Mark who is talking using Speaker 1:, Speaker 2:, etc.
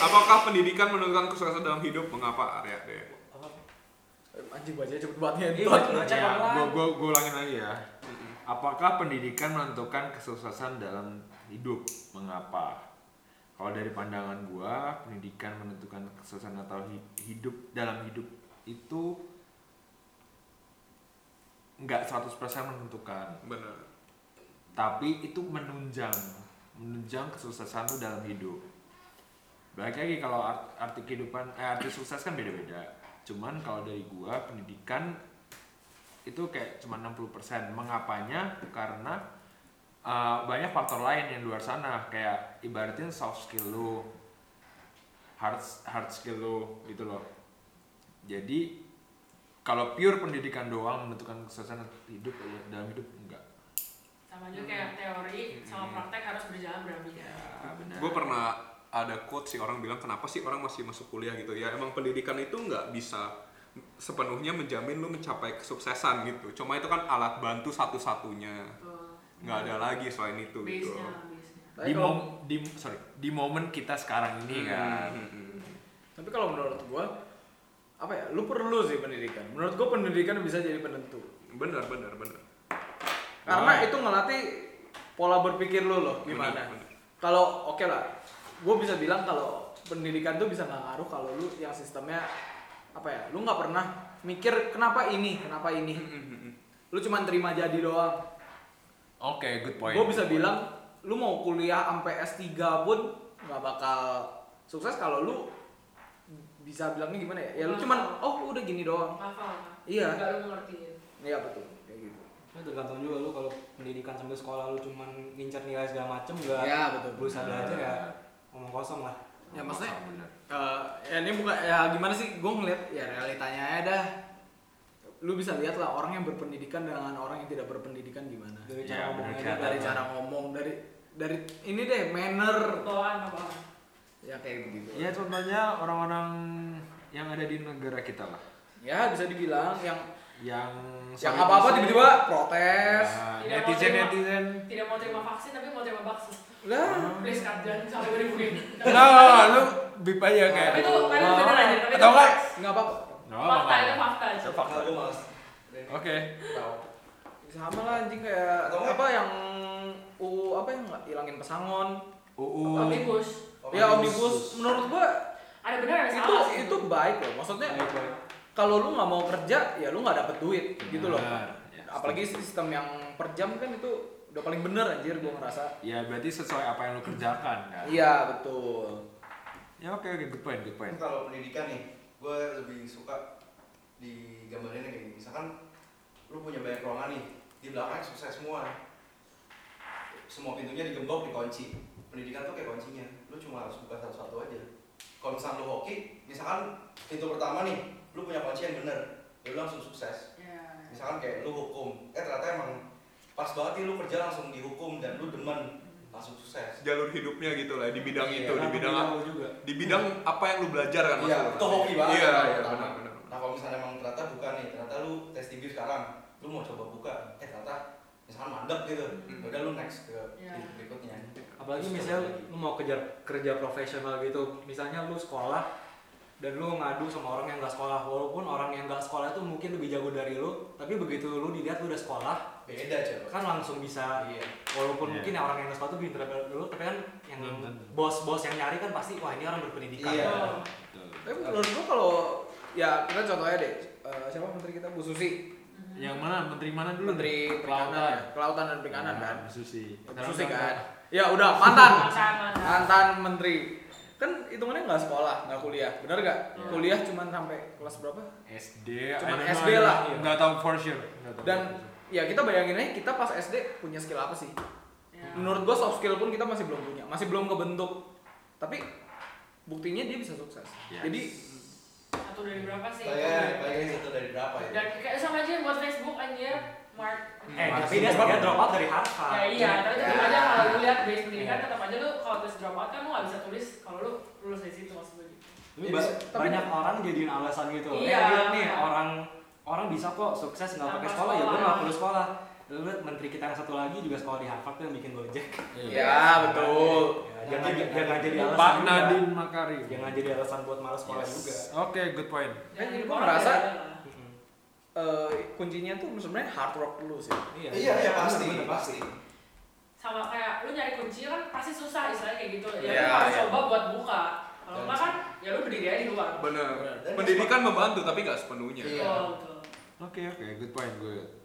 Speaker 1: Apakah pendidikan menentukan kesuksesan dalam hidup? Mengapa Arya deh?
Speaker 2: Anjing bacanya cepet banget
Speaker 3: Iya,
Speaker 2: ya.
Speaker 3: baca baca
Speaker 4: Ya, gua,
Speaker 3: pelan.
Speaker 4: gua, gua ulangin lagi ya. Apakah pendidikan menentukan kesuksesan dalam hidup? Mengapa? Kalau dari pandangan gua, pendidikan menentukan kesuksesan atau hi- hidup dalam hidup itu nggak 100% menentukan,
Speaker 1: Benar.
Speaker 4: tapi itu menunjang, menunjang kesuksesan lu dalam hidup. Balik lagi kalau art- arti kehidupan, eh, arti sukses kan beda-beda. Cuman kalau dari gua pendidikan itu kayak cuma 60%. Mengapanya? Karena uh, banyak faktor lain yang luar sana kayak ibaratin soft skill lu, hard hard skill lu gitu loh. Jadi kalau pure pendidikan doang menentukan kesuksesan hidup eh, dalam hidup enggak.
Speaker 3: Sama juga kayak teori sama praktek harus berjalan beriringan.
Speaker 4: Ya, benar.
Speaker 1: Gue pernah ada quote sih orang bilang kenapa sih orang masih masuk kuliah gitu ya emang pendidikan itu nggak bisa sepenuhnya menjamin lu mencapai kesuksesan gitu cuma itu kan alat bantu satu-satunya
Speaker 3: Betul.
Speaker 1: nggak ada lagi selain itu gitu
Speaker 3: Base-nya, base-nya.
Speaker 4: di, mom- di sorry di momen kita sekarang ini kan
Speaker 1: Hmm, hmm, hmm.
Speaker 2: Tapi kalau menurut gua apa ya? Lu perlu sih pendidikan. Menurut gua pendidikan bisa jadi penentu.
Speaker 1: benar benar benar
Speaker 2: Karena
Speaker 4: Nah.
Speaker 2: itu ngelatih pola berpikir lu loh gimana.
Speaker 1: Benar, benar.
Speaker 2: Kalau oke lah, gua bisa bilang kalau pendidikan tuh bisa nggak ngaruh kalau lu yang sistemnya apa ya? Lu nggak pernah mikir kenapa ini, kenapa ini.
Speaker 1: Hmm.
Speaker 2: Lu cuma terima jadi doang.
Speaker 4: oke good point
Speaker 2: Gue bisa bilang lu mau kuliah sampai S3 pun nggak bakal sukses kalau lu bisa bilangnya gimana ya? Ya lu cuman oh udah gini doang.
Speaker 3: Hafal.
Speaker 2: Iya.
Speaker 3: Enggak lu ngertiin.
Speaker 2: Iya betul kayak gitu.
Speaker 5: Itu Ya, tergantung juga lu kalau pendidikan sambil sekolah lu cuman ngincer nilai segala macem nggak
Speaker 2: Iya, betul.
Speaker 5: berusaha belajar ya omong kosong lah
Speaker 4: Iya.
Speaker 2: Ya, maksudnya-
Speaker 4: Bener.
Speaker 2: Eh, ya ini bukan ya gimana sih gue ngeliat ya realitanya aja dah. Lu bisa lihat lah orang yang berpendidikan dengan orang yang tidak berpendidikan gimana.
Speaker 5: dari
Speaker 4: Iya,
Speaker 5: cara ngomongnya
Speaker 4: bener,
Speaker 5: juga.
Speaker 2: Dari cara ngomong, dari dari ini deh manner
Speaker 3: Bawaan bawaan.
Speaker 2: ya kayak begitu.
Speaker 4: ya contohnya orang-orang yang ada di negara kita lah
Speaker 2: Ya bisa dibilang yang
Speaker 4: yang
Speaker 2: yang
Speaker 4: sorry to
Speaker 2: apa-apa
Speaker 4: say,
Speaker 2: tiba-tiba protes.
Speaker 4: ya,
Speaker 3: Tidak mau
Speaker 4: netizen
Speaker 3: terima.
Speaker 4: netizen
Speaker 3: Tidak mau terima vaksin tapi mau terima bakso.
Speaker 2: Lah,
Speaker 3: Please cut jangan sampai ribuin.
Speaker 4: no Nah, lu bip aja kayak
Speaker 3: Tapi itu tapi itu beneran ya. Tapi itu
Speaker 4: Atau enggak?
Speaker 3: facts.
Speaker 2: nggak apa-apa.
Speaker 4: no
Speaker 3: Fakta itu
Speaker 4: makanya.
Speaker 3: fakta.
Speaker 4: Itu fakta.
Speaker 6: Kalau gue males.
Speaker 4: oke
Speaker 2: sama lah anjing kayak
Speaker 6: Atau
Speaker 2: apa yang UU apa yang nggak hilangin pesangon
Speaker 4: uu
Speaker 3: Omnibus.
Speaker 2: ya omnibus menurut gua
Speaker 3: Ada benar ada
Speaker 2: itu
Speaker 3: salah.
Speaker 2: itu baik loh maksudnya
Speaker 5: Nah,
Speaker 6: Nah,
Speaker 5: Baik-baik.
Speaker 2: kalau lu nggak mau kerja ya lu nggak dapet duit gitu loh
Speaker 4: Benar. Ya,
Speaker 2: apalagi sistem yang per jam kan itu udah paling bener anjir gua ngerasa
Speaker 4: ya berarti sesuai apa yang lu kerjakan kan
Speaker 2: iya betul
Speaker 4: ya oke oke good point good point
Speaker 6: Kan kalau pendidikan nih, gue lebih suka digambarinnya kayak gini. Misalkan lu punya banyak ruangan nih, di belakang sukses semua. Semua pintunya digembok, dikunci. Pendidikan tuh kayak kuncinya. Lu cuma harus buka satu-satu aja. Kalau misalkan lu hoki, misalkan pintu pertama nih, lu punya kunci yang bener, ya lu langsung sukses.
Speaker 3: Ya.
Speaker 6: Misalkan kayak lu hukum, eh ternyata emang pas banget nih lu kerja langsung dihukum dan lu demen langsung sukses.
Speaker 1: jalur hidupnya gitu lah di bidang itu di
Speaker 6: Iya,
Speaker 5: Karena
Speaker 1: bidang
Speaker 5: pendidikan lu juga
Speaker 1: di bidang apa yang lu belajar kan
Speaker 6: Iya,
Speaker 1: maksudnya.
Speaker 6: itu hoki banget.
Speaker 1: iya
Speaker 6: kan,
Speaker 1: iya
Speaker 6: pertama.
Speaker 1: benar benar
Speaker 6: Nah kalau misalnya emang ternyata buka nih, ternyata lu tes TV sekarang, lu mau coba buka, eh ternyata misalkan mandek gitu,
Speaker 1: Hmm.
Speaker 6: udah lu next ke
Speaker 3: Iya.
Speaker 6: berikutnya.
Speaker 5: apalagi
Speaker 6: Terus
Speaker 5: misalnya
Speaker 6: coba lagi.
Speaker 5: lu mau kejar kerja profesional gitu misalnya lu sekolah dan lu ngadu sama orang yang gak sekolah walaupun orang yang gak sekolah itu mungkin lebih jago dari lu tapi begitu lu dilihat lu udah sekolah
Speaker 6: beda coba.
Speaker 5: kan langsung bisa
Speaker 6: Iya.
Speaker 5: walaupun
Speaker 4: Iya.
Speaker 5: mungkin orang yang nggak sepatu pinter dulu tapi kan yang
Speaker 4: Belum tentu.
Speaker 5: bos-bos yang nyari kan pasti wah ini orang berpendidikan
Speaker 6: Iya.
Speaker 3: Oh.
Speaker 4: Betul.
Speaker 2: tapi menurut gua kalau ya kita contohnya deh eh, siapa menteri kita Bu Susi
Speaker 4: yang mana menteri mana dulu
Speaker 2: menteri
Speaker 4: Kelautan.
Speaker 2: perikanan kelautan dan perikanan kan
Speaker 4: Susi.
Speaker 2: Bu Susi kan ya udah mantan
Speaker 3: Mantan mantan.
Speaker 2: mantan menteri kan hitungannya nggak sekolah nggak kuliah bener nggak kuliah cuman sampai kelas berapa
Speaker 4: SD.
Speaker 2: Cuman
Speaker 4: I don't
Speaker 2: SD
Speaker 4: know,
Speaker 2: lah.
Speaker 4: iya. Nggak tahu for sure. Nggak tahu
Speaker 2: dan
Speaker 4: for
Speaker 2: ya kita bayangin aja kita pas SD punya skill apa sih
Speaker 3: Ya.
Speaker 2: menurut gua soft skill pun kita masih belum punya masih belum kebentuk tapi buktinya dia bisa sukses
Speaker 4: Yes.
Speaker 2: jadi
Speaker 3: Satu dari berapa sih?
Speaker 6: Kayak kayak Iya. satu dari berapa ya?
Speaker 3: Dan kayak sama aja buat Facebook anjir, Mark.
Speaker 5: eh tapi dia dia
Speaker 6: Maksudnya apa?
Speaker 5: drop out dari
Speaker 3: Ya
Speaker 5: Harvard
Speaker 3: iya, tapi tetap
Speaker 6: Ya.
Speaker 3: aja kalau lu lihat base pendidikan
Speaker 5: Iya.
Speaker 3: tetap aja lu kalau tes drop out kan lu nggak bisa tulis kalau lu lulus dari situ maksud gue gitu.
Speaker 5: Tapi
Speaker 2: Jadi,
Speaker 5: ba-
Speaker 2: tapi-
Speaker 5: banyak orang jadiin alasan gitu
Speaker 3: Iya.
Speaker 5: eh lihat nih orang orang bisa kok sukses nggak pakai
Speaker 3: Tanpa
Speaker 5: sekolah ya gue
Speaker 3: sekolah.
Speaker 5: nggak perlu sekolah lu lihat menteri kita yang satu lagi juga sekolah di Harvard tuh yang bikin Gojek
Speaker 4: sure. Iya.
Speaker 2: ya betul
Speaker 5: ya jangan
Speaker 6: kan? iya.
Speaker 5: jangan jadi alasan
Speaker 4: Pak
Speaker 5: juga.
Speaker 4: Nadine Makarim. Iya.
Speaker 5: jangan jadi alasan buat malas sekolah
Speaker 4: Yes.
Speaker 5: juga
Speaker 4: Oke, good point.
Speaker 2: Ya, jadi gua
Speaker 3: orang
Speaker 2: ngerasa-
Speaker 3: beda-beda lah.
Speaker 5: Mm-mm.
Speaker 2: Eh, kuncinya tuh sebenarnya hard work dulu sih
Speaker 6: Iya, iya pasti,
Speaker 5: bener, bener,
Speaker 6: pasti.
Speaker 3: sama kayak lu nyari kunci kan pasti susah istilahnya kayak gitu ya
Speaker 1: Iya,
Speaker 3: lu harus
Speaker 1: iya.
Speaker 3: coba buat buka kalau
Speaker 6: Dan-
Speaker 3: enggak kan ya lu berdiri aja di luar
Speaker 5: Iya.
Speaker 1: Bener.
Speaker 6: Dan-
Speaker 1: Pendidikan membantu tapi nggak sepenuhnya.
Speaker 6: Iya.
Speaker 3: betul betul
Speaker 4: Oke, oke, good point, good.